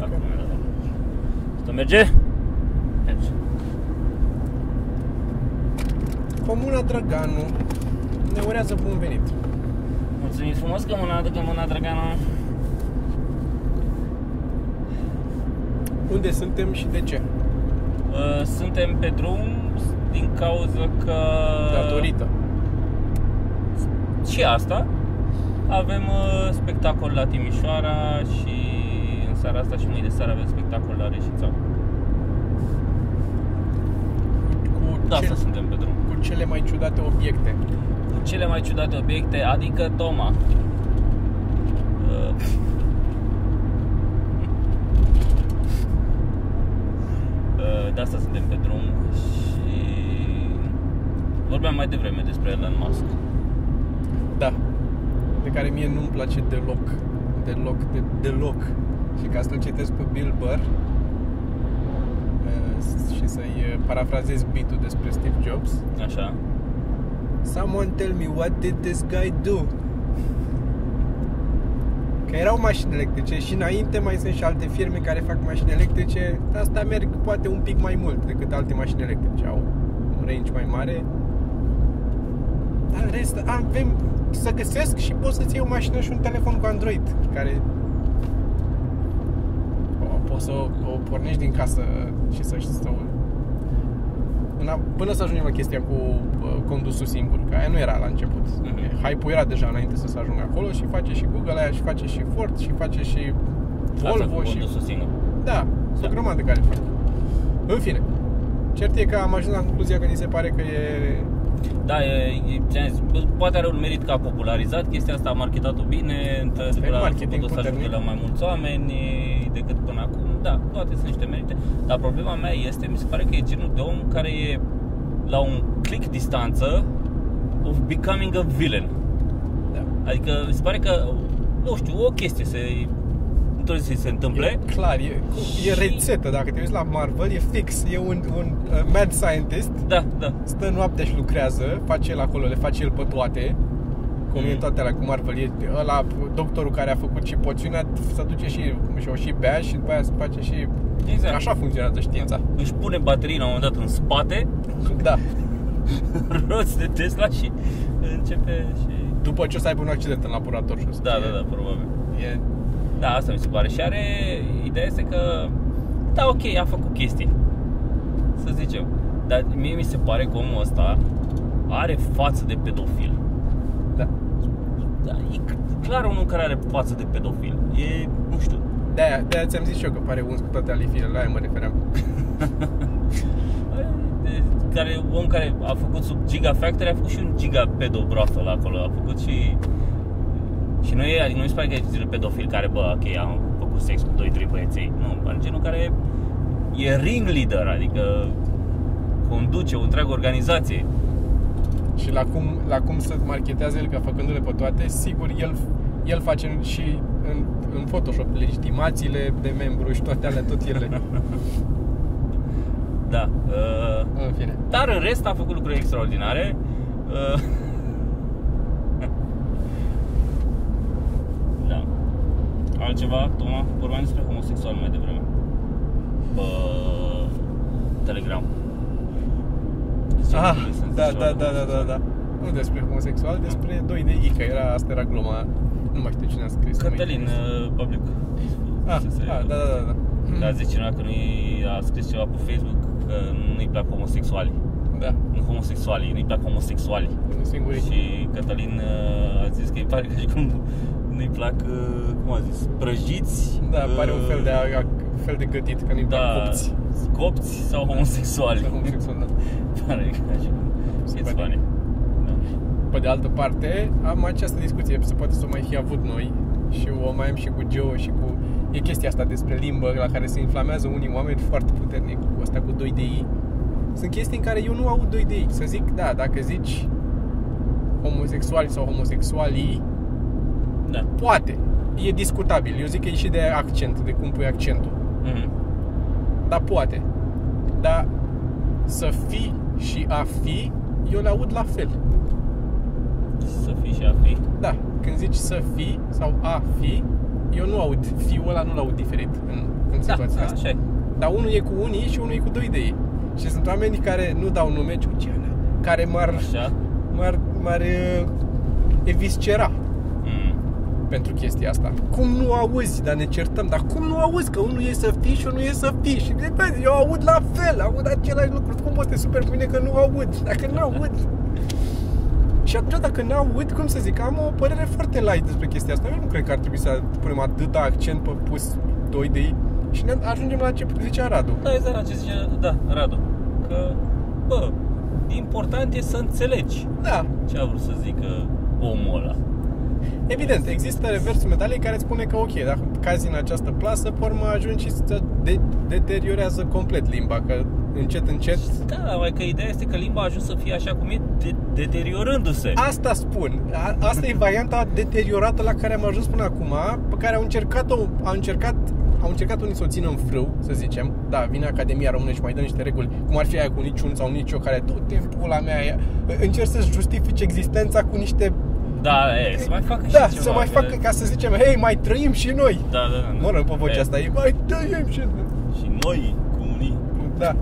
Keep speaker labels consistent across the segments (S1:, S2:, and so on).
S1: Tak. To będzie? Będzie.
S2: Comuna Draganu. Ne urează bun venit.
S1: Mulțumim frumos că mâna aducă mâna Dragana.
S2: Unde suntem și de ce?
S1: Uh, Suntem pe drum din cauza că...
S2: Datorită.
S1: Și asta. Avem uh, spectacol la Timișoara și în seara asta și mâine seara avem spectacol la Reșița.
S2: Cu,
S1: Da,
S2: ce,
S1: asta suntem pe drum.
S2: cu cele mai ciudate obiecte.
S1: cu cele mai ciudate obiecte, adică Toma. Uh. Uh, De asta suntem pe drum și vorbeam mai devreme despre Elon Musk.
S2: Da. De care mie nu-mi place deloc. Deloc, de, deloc. Și ca să-l citesc pe Bill Burr uh, și să-i uh, parafrazez bitul despre Steve Jobs.
S1: Așa.
S2: Someone tell me what did this guy do? Că erau mașini electrice și înainte mai sunt și alte firme care fac mașini electrice, dar asta merg poate un pic mai mult decât alte mașini electrice. Au un range mai mare. Dar în rest, avem să găsesc și poți să-ți iei o mașină și un telefon cu Android, care o, poți să o, o pornești din casă și să, să o Până, până să ajungem la chestia cu uh, condusul singur, că aia nu era la început.
S1: Mhm.
S2: Hype-ul era deja înainte să se ajungă acolo și face și Google aia și face și Ford și face și Volvo
S1: Asta
S2: și...
S1: cu condusul singur.
S2: Da, sunt o
S1: Da.
S2: grămadă care fac. În fine, cert e că am ajuns la concluzia că ni se pare că e...
S1: Da, e, e, ți-am zis, bă, poate are un merit că a popularizat chestia asta, a marketat-o bine,
S2: Asta e
S1: într-adevăr a
S2: marketing
S1: putut să ajungă
S2: puternic.
S1: la mai mulți oameni e, decât până acum. Da, toate sunt niște merite, dar problema mea este, mi se pare că e genul de om care e la un click distanță of becoming a villain.
S2: Da.
S1: Adică mi se pare că, nu știu, o chestie se, într-o zi se întâmple.
S2: E clar, e, e
S1: Și-
S2: rețetă. Dacă te uiți la Marvel, e fix. E un, un uh, mad scientist
S1: Da, da.
S2: stă noaptea și lucrează, face el acolo, le face el pe toate. Cum e
S1: Mhm.
S2: toate alea cu Marvel, e ăla, doctorul care a făcut și poțiunea, se duce și, și o și bea și după aia se face și...
S1: Exact.
S2: Așa funcționează știința.
S1: Își pune baterii la un moment dat în spate,
S2: Da.
S1: roți de Tesla și începe și...
S2: După ce o să aibă un accident în laborator și o să
S1: Da,
S2: fie-
S1: da, da, probabil.
S2: E,
S1: Da, asta mi se pare. Și are... Ideea este că... Da, ok, a făcut chestii. Să zicem. Dar mie mi se pare că omul ăsta are față de pedofil.
S2: da.
S1: Da, e c- clar unul care are față de pedofil. E, nu știu.
S2: De-aia, de-aia ți-am zis și eu că pare uns cu toate alifiile, la aia mă refeream.
S1: e- Care, om care a făcut sub Giga Factory a făcut și un Giga pedobroasă la acolo. A făcut și... Și nu e, adică nu mi se pare că e genul pedofil care, bă, ok, am făcut sex cu 2-3 băieței. Nu, e genul care e ringleader, adică conduce o întreagă organizație.
S2: Și la cum, la cum se marketează el, că făcându-le pe toate, sigur, el, el face în- și în, în Photoshop legitimațiile de membru și toate alea, tot ele.
S1: Da. Uh,
S2: în fine.
S1: dar în rest a făcut lucruri extraordinare. Uh, da. Altceva, Toma? Vorbeam despre homosexual mai devreme. Bă, Telegram. Zice
S2: Ah,
S1: că sunt
S2: da,
S1: sexual.
S2: da, da, da, da, da. Nu despre homosexual, despre doi de I, că era, asta era gluma. Nu mai știu cine a scris.
S1: Cătălin
S2: nu mai
S1: uh, Babliuc.
S2: știu.
S1: Ce să-
S2: Ah, ah, da, da, da, da.
S1: Dar zice cineva că nu-i a scris ceva pe Facebook că nu-i plac homosexuali.
S2: Da,
S1: Nu homosexualii, nu-i plac homosexuali.
S2: un singur I.
S1: Și Cătălin uh, a zis că îi pare ca și cum nu-i plac, uh, cum a zis, prăjiți.
S2: Da,
S1: uh,
S2: pare un fel de, a, a, fel de gătit, că nu-i plac
S1: da,
S2: copți.
S1: copți sau homosexuali.
S2: Sau homosexual, da.
S1: pare ca și cum.
S2: Se
S1: It's
S2: pare.
S1: funny. Da.
S2: Pe de altă parte, am această discuție, se poate să o mai fi avut noi și o mai am și cu Geo și cu... E chestia asta despre limbă la care se inflamează unii oameni foarte puternic, cu asta cu 2 de I. Sunt chestii în care eu nu aud 2 de I. Să zic, da, dacă zici homosexuali sau homosexualii,
S1: da.
S2: poate. E discutabil. Eu zic că e și de accent, de cum pui accentul.
S1: Mhm.
S2: Dar poate. Dar să fi și a fi, eu le aud la fel.
S1: Să fii și a fi.
S2: Da, când zici să fi sau a fi, eu nu aud fiul ăla, nu-l aud diferit în în
S1: Da,
S2: situația
S1: da,
S2: asta.
S1: așa e.
S2: Dar unul e cu unii și unul e cu doi de ei. Și sunt oameni care nu dau nume, ci Luciana, care m-ar,
S1: Așa.
S2: m-ar, m-ar eh, eviscera
S1: Mm.
S2: pentru chestia asta. Cum nu auzi, dar ne certăm, dar cum nu auzi că unul e să fii și unul e să fii? Și bine, bă, eu aud la fel, aud același lucru. Cum poți să te super bine că nu aud? Dacă nu aud. Și atunci, dacă nu aud, cum să zic, am o părere foarte light despre chestia asta. Eu nu cred că ar trebui să punem atâta accent pe pus doi de ei. Și ne ajungem la ce zicea Radu.
S1: Da, exact la ce zice, da, Radu. Că, bă, important e să înțelegi
S2: Da,
S1: ce a vrut să zică omul ăla.
S2: Evident, există reversul medalei care spune că ok, dacă cazi în această plasă, pe urmă ajungi și să de- deteriorează complet limba, că încet, încet...
S1: Da, mai că ideea este că limba a ajuns să fie așa cum e, de- deteriorându-se.
S2: Asta spun, A- asta e varianta deteriorată la care am ajuns până acum, pe care au încercat-o, au încercat, au încercat unii să o țină în frâu, să zicem, da, vine Academia Română și mai dă niște reguli, cum ar fi aia cu niciun sau nicio, care tot timpul la mea e- încerc să-și justifice existența cu niște...
S1: Da, e, să mai facă și
S2: da,
S1: ceva.
S2: să mai
S1: că-
S2: facă ca să zicem, hei, mai trăim și noi!
S1: Da, da, da. da.
S2: Moră pe vocea
S1: E,
S2: asta, e mai tăiem și...
S1: Și noi, cu unii.
S2: Da.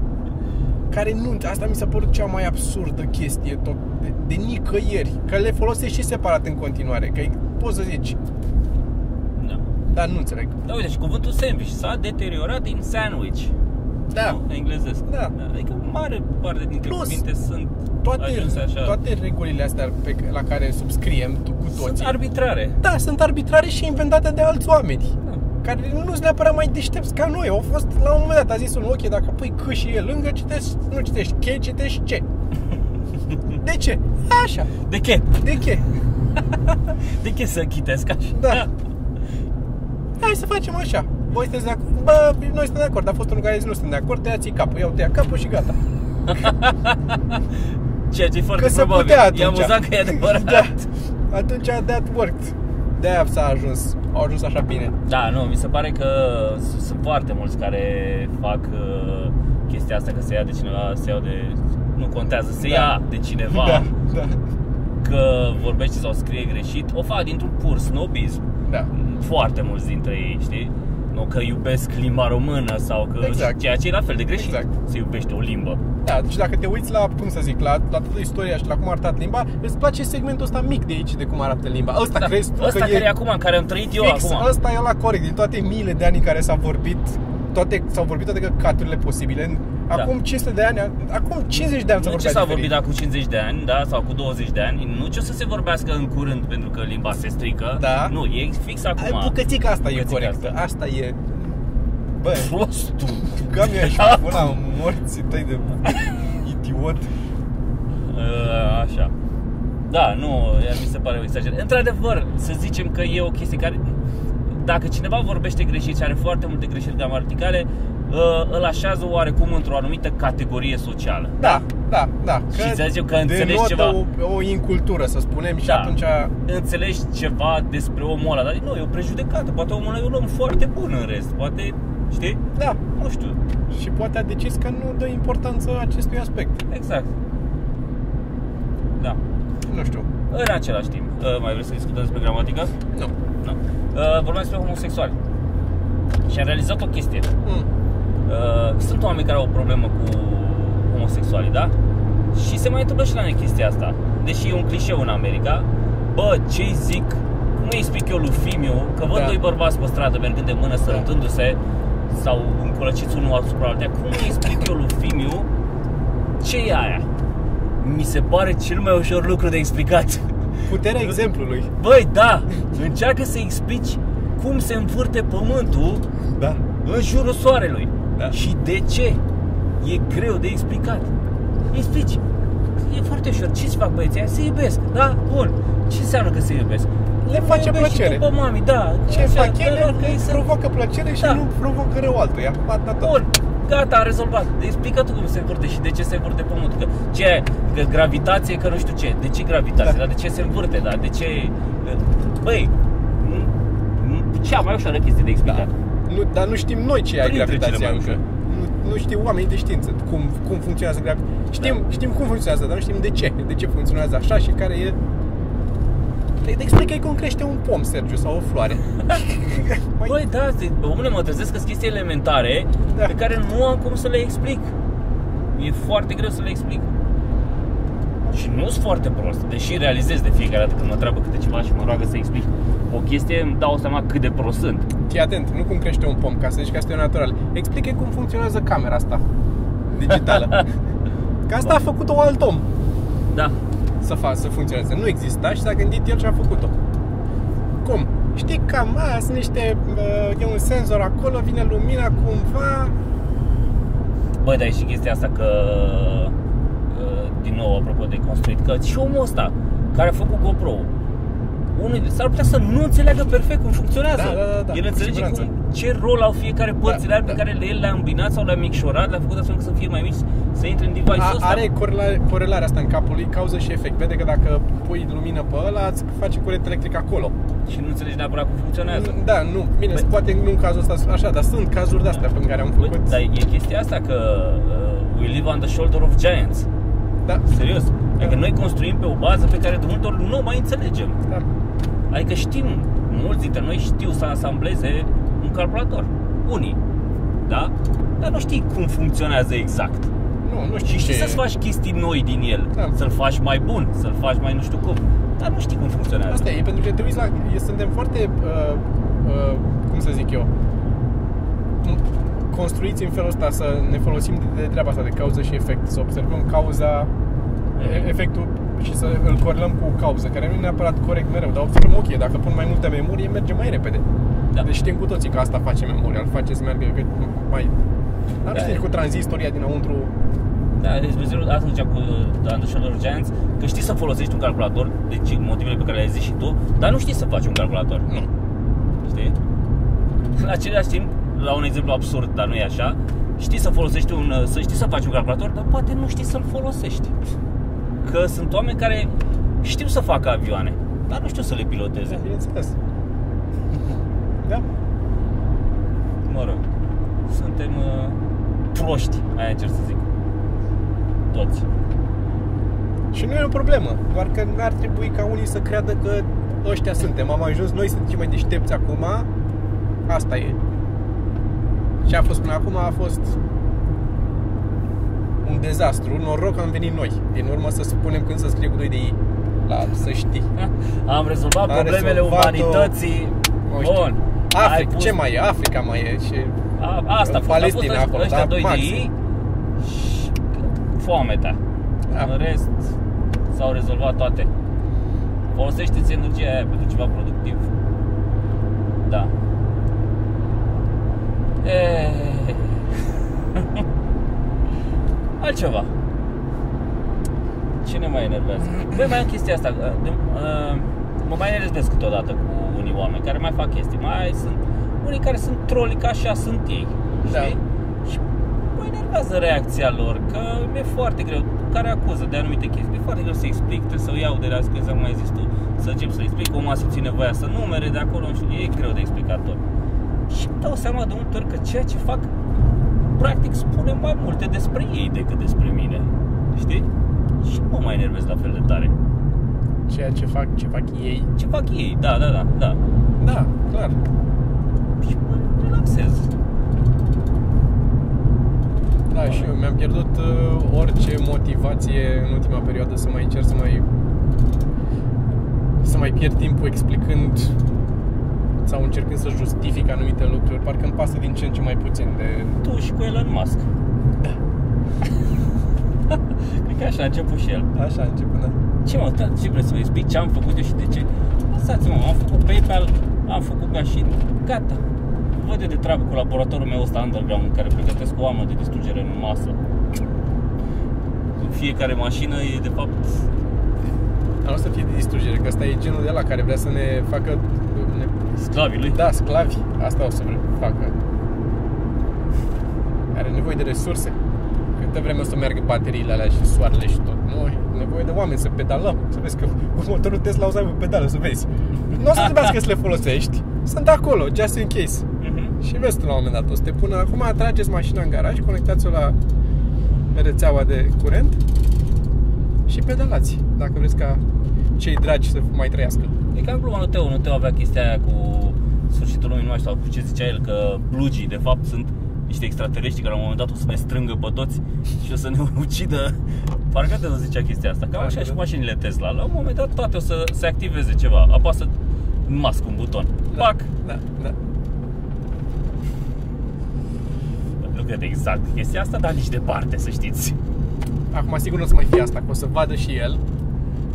S2: Care nu, asta mi s-a părut cea mai absurdă chestie tot, de, de nicăieri, că le folosești și separat în continuare, că poți să zici,
S1: Da.
S2: dar nu înțeleg.
S1: Da, uite, și cuvântul sandwich s-a deteriorat în sandwich.
S2: Da,
S1: Nu? În englezesc.
S2: Da.
S1: Adică mare parte dintre
S2: Plus,
S1: cuvinte sunt
S2: toate,
S1: ajunse așa.
S2: toate regulile astea pe, c- la care subscriem tu, cu
S1: sunt
S2: toții,
S1: arbitrare.
S2: da, sunt arbitrare și inventate de alți oameni.
S1: Da.
S2: care nu sunt neapărat mai deștepți ca noi. Au fost, la un moment dat, a zis un ochi, dacă pui C și E lângă, citești, nu citești C, citești C. De ce? Așa,
S1: De ce?
S2: de ce?
S1: De ce să chitesc așa?
S2: Da. Hai să facem așa. Voi sunteți de acord? Bă, noi suntem de acord, dar a fost unul care a zis nu suntem de acord, tăiați capul, iau tăia capul și gata.
S1: Ceea ce e foarte
S2: Că se
S1: probabil.
S2: putea atunci.
S1: E amuzant că e adevărat.
S2: Da. Atunci that worked. De-aia s-a ajuns, au ajuns așa bine.
S1: Da, nu, mi se pare că s- sunt foarte mulți care fac uh, chestia asta că se ia de cineva, se iau de nu contează, se
S2: Da.
S1: ia de cineva
S2: Da, da,
S1: că vorbește sau scrie greșit, o fac dintr-un pur snobism.
S2: da.
S1: Foarte mulți dintre ei, știi? Nu că iubesc limba română sau că
S2: Exact.
S1: ceea ce e la fel de greșit
S2: Exact.
S1: să iubești o limbă.
S2: Da, deci dacă te uiți la, cum să zic, la, la toată istoria și la cum a arătat limba, îți place segmentul ăsta mic de aici, de cum arată limba. Ăsta crezi tu
S1: Asta
S2: că
S1: Da. care e
S2: e
S1: acum, în care am trăit eu
S2: fix,
S1: acum.
S2: ăsta e la corect, din toate miile de ani în care s-a vorbit, toate, s-au vorbit toate căcaturile posibile. Acum 500 de ani, acum 50 de ani
S1: Nu
S2: s-a vorbit
S1: Da. ce s-a
S2: diferit.
S1: vorbit acum 50 de ani, da, sau cu 20 de ani, nu ce o să se vorbească în curând pentru că limba se strică.
S2: Da.
S1: Nu, e fix acum.
S2: Ai, bucățica asta
S1: Bucățica
S2: e corectă. Asta.
S1: asta.
S2: asta e... Bă,
S1: Prostul.
S2: gam mi și pula morții tăi de idiot.
S1: Uh, așa. Da, nu, ea mi se pare o exagerare. Într-adevăr, să zicem că e o chestie care... Dacă cineva vorbește greșit și are foarte multe greșeli gramaticale, uh, îl așează oarecum într-o anumită categorie socială.
S2: Da, da, da.
S1: Și să zicem că înțelegi
S2: denotă
S1: ceva.
S2: O, o incultură, să spunem, și
S1: Da.
S2: atunci...
S1: Înțelegi ceva despre omul ăla, dar nu, e o prejudecată. Poate omul ăla e un om foarte bun în rest. Poate, știi?
S2: Da,
S1: Nu știu.
S2: și poate a decis că nu dă importanță acestui aspect.
S1: Exact. Da.
S2: Nu știu.
S1: În același timp. Uh, mai vrei să discutăm despre gramatică?
S2: Nu.
S1: Nu. Uh, vorbeam despre homosexuali. Și am realizat o chestie.
S2: Mm.
S1: Uh, sunt oameni care au o problemă cu homosexualii, da? Și se mai întâmplă și la noi chestia asta. Deși e un clișeu în America. Bă, ce zic? Cum îi explic eu lui Fimiu că văd
S2: Da.
S1: doi bărbați pe stradă mergând de mână sărutându-se sau încolăciți unul asupra altuia. Cum îi explic eu lui Fimiu ce e aia? Mi se pare cel mai ușor lucru de explicat.
S2: Puterea exemplului.
S1: Băi, da, încearcă să explici cum se învârte pământul
S2: Da.
S1: în jurul soarelui.
S2: Da.
S1: Și de ce? E greu de explicat. Explici. E foarte ușor. Ce-ți fac băieții aia? Se iubesc. Da? Bun. Ce înseamnă că se iubesc?
S2: Le
S1: Mă
S2: face
S1: iubești și
S2: plăcere.
S1: tu pe mami, da.
S2: Ce
S1: Așa,
S2: fac
S1: dar
S2: ele,
S1: dacă e să-
S2: provocă plăcere și
S1: Da.
S2: nu provocă rău altuia. Atâta tot.
S1: Bun, gata, a rezolvat. Deci Explică tu cum se învârte și de ce se învârte pământul. Că ce e? că gravitație, că nu știu ce. De ce gravitație?
S2: Da.
S1: Dar de ce se învârte? Dar de ce... Băi, m- m- cea mai ușoară chestie de explicat.
S2: Da. Nu, dar nu știm noi ce e
S1: Printre cele
S2: gravitația
S1: mai
S2: încă. Nu, nu știu oamenii de știință cum, cum funcționează
S1: Da.
S2: gravitația. Știm, știm cum funcționează, dar nu știm Păi, de ce. De ce funcționează așa și care e Te explicai cum crește un pom, Sergiu, sau o floare. Păi, Mai-
S1: Băi, da, zi- bă, omule, mă trezesc că sunt chestii elementare
S2: Da.
S1: pe care nu am cum să le explic. E foarte greu să le explic. Și nu sunt foarte prost, deși realizez de fiecare dată când mă întreabă câte ceva și mă roagă să explic o chestie, îmi dau seama cât de prost sunt.
S2: Fii atent, nu cum crește un pom, ca să zici că asta e natural. Explică cum funcționează camera asta digitală. Că asta a făcut-o alt om
S1: Da,
S2: să, fa- să funcționeze. Nu exista și s-a gândit el și a făcut-o. Cum? Știi, cam aia sunt niște... uh, E un senzor acolo, vine lumina cumva...
S1: Băi, dar e și chestia asta că, uh, din nou, apropo de construit cărți, și omul ăsta care a făcut GoPro, unul, s-ar putea să nu înțeleagă perfect cum funcționează.
S2: Da, da, da, da,
S1: El
S2: cu
S1: înțelege
S2: siguranță.
S1: cum, ce rol au fiecare părțile
S2: Da,
S1: alea pe
S2: da.
S1: care le, el le-a îmbinat sau le-a micșorat, le-a făcut astfel încât să fie mai mici, să intre în device-ul
S2: A,
S1: ăsta.
S2: are corela- corelarea asta în capul lui, cauză și efect. Vede că dacă pui lumină pe ăla, îți face curent electric acolo.
S1: Și nu înțelegi neapărat cum funcționează.
S2: Da, nu. Bine,
S1: Băi-
S2: poate nu în cazul ăsta așa, dar sunt cazuri de
S1: Da.
S2: astea pe care am
S1: Bă,
S2: făcut.
S1: dar e chestia asta că uh, we live on the shoulder of giants.
S2: da.
S1: Serios. Adică
S2: Da.
S1: noi construim pe o bază pe care de multe ori nu o mai înțelegem.
S2: da.
S1: Adică știm, mulți dintre noi știu să ansambleze un calculator. Unii. Da? Dar nu știi cum funcționează exact.
S2: Nu, nu știu
S1: Și știi
S2: ce...
S1: să-ți faci chestii noi din el.
S2: Da.
S1: Să-l faci mai bun, să-l faci mai nu știu cum. Dar nu știi cum funcționează.
S2: Asta e, pentru că te uiți la... e- Suntem foarte, uh, uh, cum să zic eu, m- construiți în felul ăsta să ne folosim de, de treaba asta, de cauză și efect, să observăm cauza, e- efectul și să îl corelăm cu cauză, care nu e neapărat corect mereu, dar observăm, ok, dacă pun mai multă memorie, merge mai repede.
S1: Da.
S2: Deci știm cu toții că asta face memoria, îl face să meargă cât mai... Dar
S1: Da,
S2: nu știi,
S1: e.
S2: cu tranzistoria dinăuntru,
S1: Da, deci Dumnezeu asta zicea cu uh, Under Shadow of Giants, că știi să folosești un calculator, deci motivele pe care le-ai zis și tu, dar nu știi să faci un calculator.
S2: nu.
S1: Știi? În același timp, la un exemplu absurd, dar nu e așa, știi să folosești un, uh, să știi să faci un calculator, dar poate nu știi să-l folosești. Că sunt oameni care știu să facă avioane, dar nu știu să le
S2: Da,
S1: piloteze.
S2: bineînțeles. Da?
S1: Mă rog, suntem uh, proști, aia încerc să zic. Toți.
S2: Și nu e o problemă, doar că n-ar trebui ca unii să creadă că ăștia suntem, am ajuns, noi suntem cei mai deștepți acum, asta e. Ce a fost până acum a fost un dezastru, noroc că am venit noi. Din urmă să spunem când să scrie cu doi de ei, la să știi.
S1: Am rezolvat
S2: Am
S1: problemele
S2: rezolvat-o.
S1: umanității.
S2: Nu știu.
S1: Bun. Ai
S2: Africa,
S1: pus-
S2: ce mai e? Africa mai e și
S1: A, asta a fost.
S2: Palestina
S1: a fost
S2: acolo,
S1: ăștia
S2: da?
S1: doi de
S2: Maxim.
S1: ei și foamea.
S2: Da.
S1: În rest s-au rezolvat toate. Folosește-ți energia aia pentru ceva productiv. Da. E... Altceva. Ce ne mai enervează? Băi, mai am chestia asta. uh, de- uh, Mă mai enervez câteodată cu unii oameni care mai fac chestii. Mai sunt unii care sunt troli, ca așa sunt ei.
S2: Da.
S1: Știi? Și mă enervează reacția lor, că mi-e foarte greu, care acuză de anumite chestii, mi-e foarte greu să explic, trebuie să o iau de la că exact cum ai zis tu, să încep să explic, omul a simțit nevoia să numere de acolo, nu știu, e greu de explicat tot. Și îmi dau seama de multe ori că ceea ce fac, practic spune mai multe despre ei decât despre mine, știi? Și nu mă mai enervez la fel de tare.
S2: ceea ce fac, ce fac ei.
S1: Ce fac ei? Da, da, da, da.
S2: Da, clar.
S1: Și mă relaxez.
S2: Da, și eu mi-am pierdut uh, orice motivație în ultima perioadă să mai încerc să mai să mai pierd timpul explicând sau încercând să justific anumite lucruri, parcă îmi pasă din ce în ce mai puțin de
S1: Tu și cu Elon Musk. Cred că așa a început și el.
S2: așa începând. Da.
S1: Ce mă, da, ce vreți să vă explic ce am făcut eu și de ce? Lăsați-mă, am făcut PayPal, am făcut mașini, gata. Văd eu de treabă cu laboratorul meu ăsta underground în care pregătesc o armă de distrugere în masă. Fiecare mașină e de fapt...
S2: Dar nu o să fie de distrugere, că asta e genul de la care vrea să ne facă ne,
S1: Sclavii lui.
S2: da, sclavi. Asta o să vrea facă. Are nevoie de resurse. Câtă vreme o să meargă bateriile alea și soarele și tot. Noi nevoie de oameni să pedalăm. Să vezi că cu motorul Tesla o să aibă pedală, să vezi. Nu o să trebuiască să le folosești. Sunt acolo, just in case.
S1: Mhm.
S2: Și vezi tu la un moment dat, o să te pună Acum atrageți mașina în garaj, conectați-o la rețeaua de curent Și pedalați, dacă vreți ca cei dragi să mai trăiască
S1: E ca în gluma lui Teo, nu Teo avea chestia aia cu sfârșitul lumii noastre sau cu ce zicea el, că blugii de fapt sunt niște extraterestri care la un moment dat o să ne strângă pe toți și o să ne ucidă. Parcă Teo zicea chestia asta, cam
S2: Parcă
S1: așa și
S2: da.
S1: cu mașinile Tesla. La un moment dat toate o să se activeze ceva, apasă în mască un buton. Pac!
S2: Da, da.
S1: Nu cred exact chestia asta, dar nici departe, să știți.
S2: Acum sigur nu o să mai fie asta, că o să vadă și el.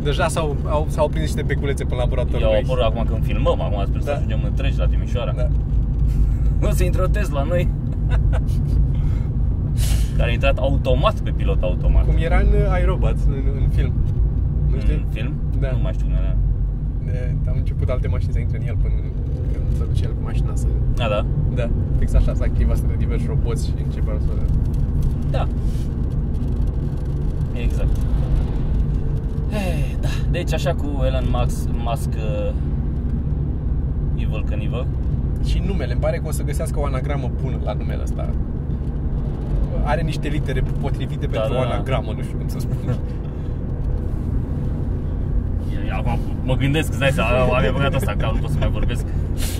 S2: Deja s-au, au, s-au prins niște beculețe până la laborator.
S1: Eu apăr acum când filmăm, acum sper să
S2: Da.
S1: ajungem întregi la Timișoara.
S2: Da.
S1: Nu se intră Tesla la noi. Care a intrat automat pe pilot automat.
S2: Cum era în uh, iRobot, în, în film. Nu
S1: În
S2: știi?
S1: film?
S2: Da.
S1: Nu mai știu cum era.
S2: De, am început alte mașini să intre în el până când se duce el cu mașina să...
S1: A, da.
S2: Da, fix așa, s-a activat să de diversi roboți și începeau să...
S1: Da. Exact. Hei, da. Deci așa cu Elon Musk, Musk uh, Evil Canival.
S2: Și numele, îmi pare că o să găsească o anagramă bună la numele ăsta. Are niște litere potrivite
S1: Da,
S2: pentru
S1: da,
S2: o
S1: da.
S2: anagramă, nu știu cum să spun.
S1: Acum mă gândesc, îți dai seama, am băgat asta în cap, nu pot să mai vorbesc.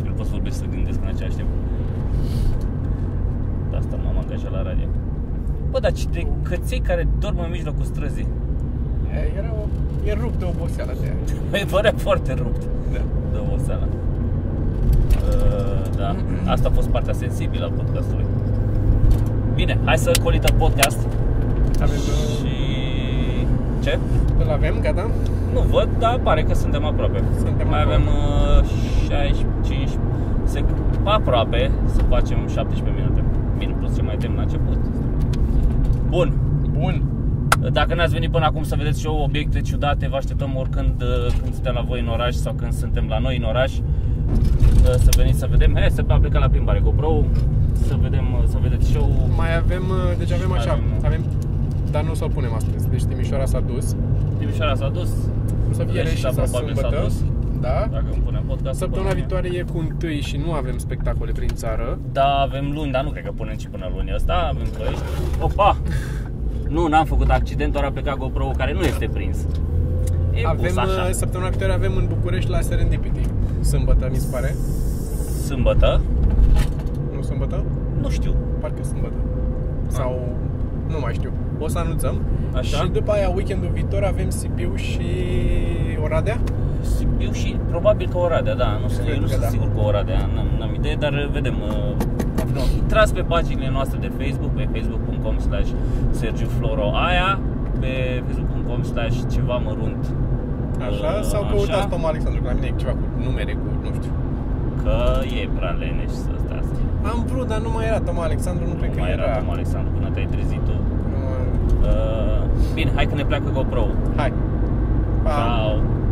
S1: Nu pot să vorbesc să gândesc în același timp. De asta m-am angajat la radio. Bă, dar ce de căței care dorm în mijlocul străzii?
S2: Era o... E rupt de oboseală de aia.
S1: Mai părea Păi, foarte rupt
S2: Da.
S1: de oboseala. Uh, da, asta a fost partea sensibilă a podcastului. Bine, hai să colităm podcast
S2: Avem... uh,
S1: și... Ce?
S2: Îl avem, gata?
S1: Nu văd, dar pare că suntem aproape.
S2: Suntem
S1: Mai
S2: aproape.
S1: avem uh, 16, 15, sec, aproape să facem 17 minute. Bine, plus ce mai tem la început. Bun,
S2: Bun.
S1: dacă n-ați venit până acum să vedeți și eu obiecte ciudate, vă așteptăm oricând uh, când suntem la voi în oraș sau când suntem la noi în oraș. Uh, Să veniți să vedem, hai să aplicăm la plimbare GoPro, să vedem, uh, să vedeți show-ul.
S2: Mai avem... uh, Deci avem
S1: Mai
S2: așa...
S1: avem, uh,
S2: Avem... Dar nu o să-l punem astăzi. Deci Timișoara s-a dus.
S1: Timișoara s-a dus,
S2: O să fie
S1: Reșița
S2: Reșița
S1: probabil s-a
S2: sâmbătă.
S1: dus.
S2: Da.
S1: dacă îmi punem podcast.
S2: Săptămâna viitoare e cu întâi și nu avem spectacole prin țară.
S1: Da, avem luni, dar nu cred că punem și până luni asta, avem Ploiești. Opa! Nu, n-am făcut accident, doar a plecat GoPro care nu este prins. E pus
S2: Avem,
S1: așa.
S2: uh, săptămâna viitoare avem în București la Serendipity. Sâmbătă, mi se pare.
S1: Sâmbătă?
S2: Nu sâmbătă?
S1: Nu știu.
S2: Parcă sâmbătă. Sau... Nu mai știu. O să anunțăm.
S1: Ah. Așa.
S2: Și după aia, weekendul viitor, avem Sibiu și Oradea.
S1: Sibiu și probabil că Oradea, da, nu sunt,
S2: Cred
S1: eu nu
S2: că
S1: sunt
S2: da.
S1: sigur că Oradea, n-am, n-am idee, dar vedem. uh, Intrați pe paginile noastre de Facebook, pe facebook.com slash Sergiu Floro aia, pe facebook.com slash ceva mărunt
S2: Așa,
S1: uh,
S2: sau
S1: așa,
S2: căutați Toma Alexandru, că la mine e ceva cu numere, cu nu știu.
S1: că e prea leneș să stai asta.
S2: Am vrut, dar nu mai era Toma Alexandru, nu cred
S1: Nu
S2: Păi că
S1: mai
S2: era.
S1: era cum Alexandru până te-ai trezit tu.
S2: Nu mai-
S1: Uh, bine, hai că ne pleacă GoPro.
S2: Hai. Pa.
S1: Ciao.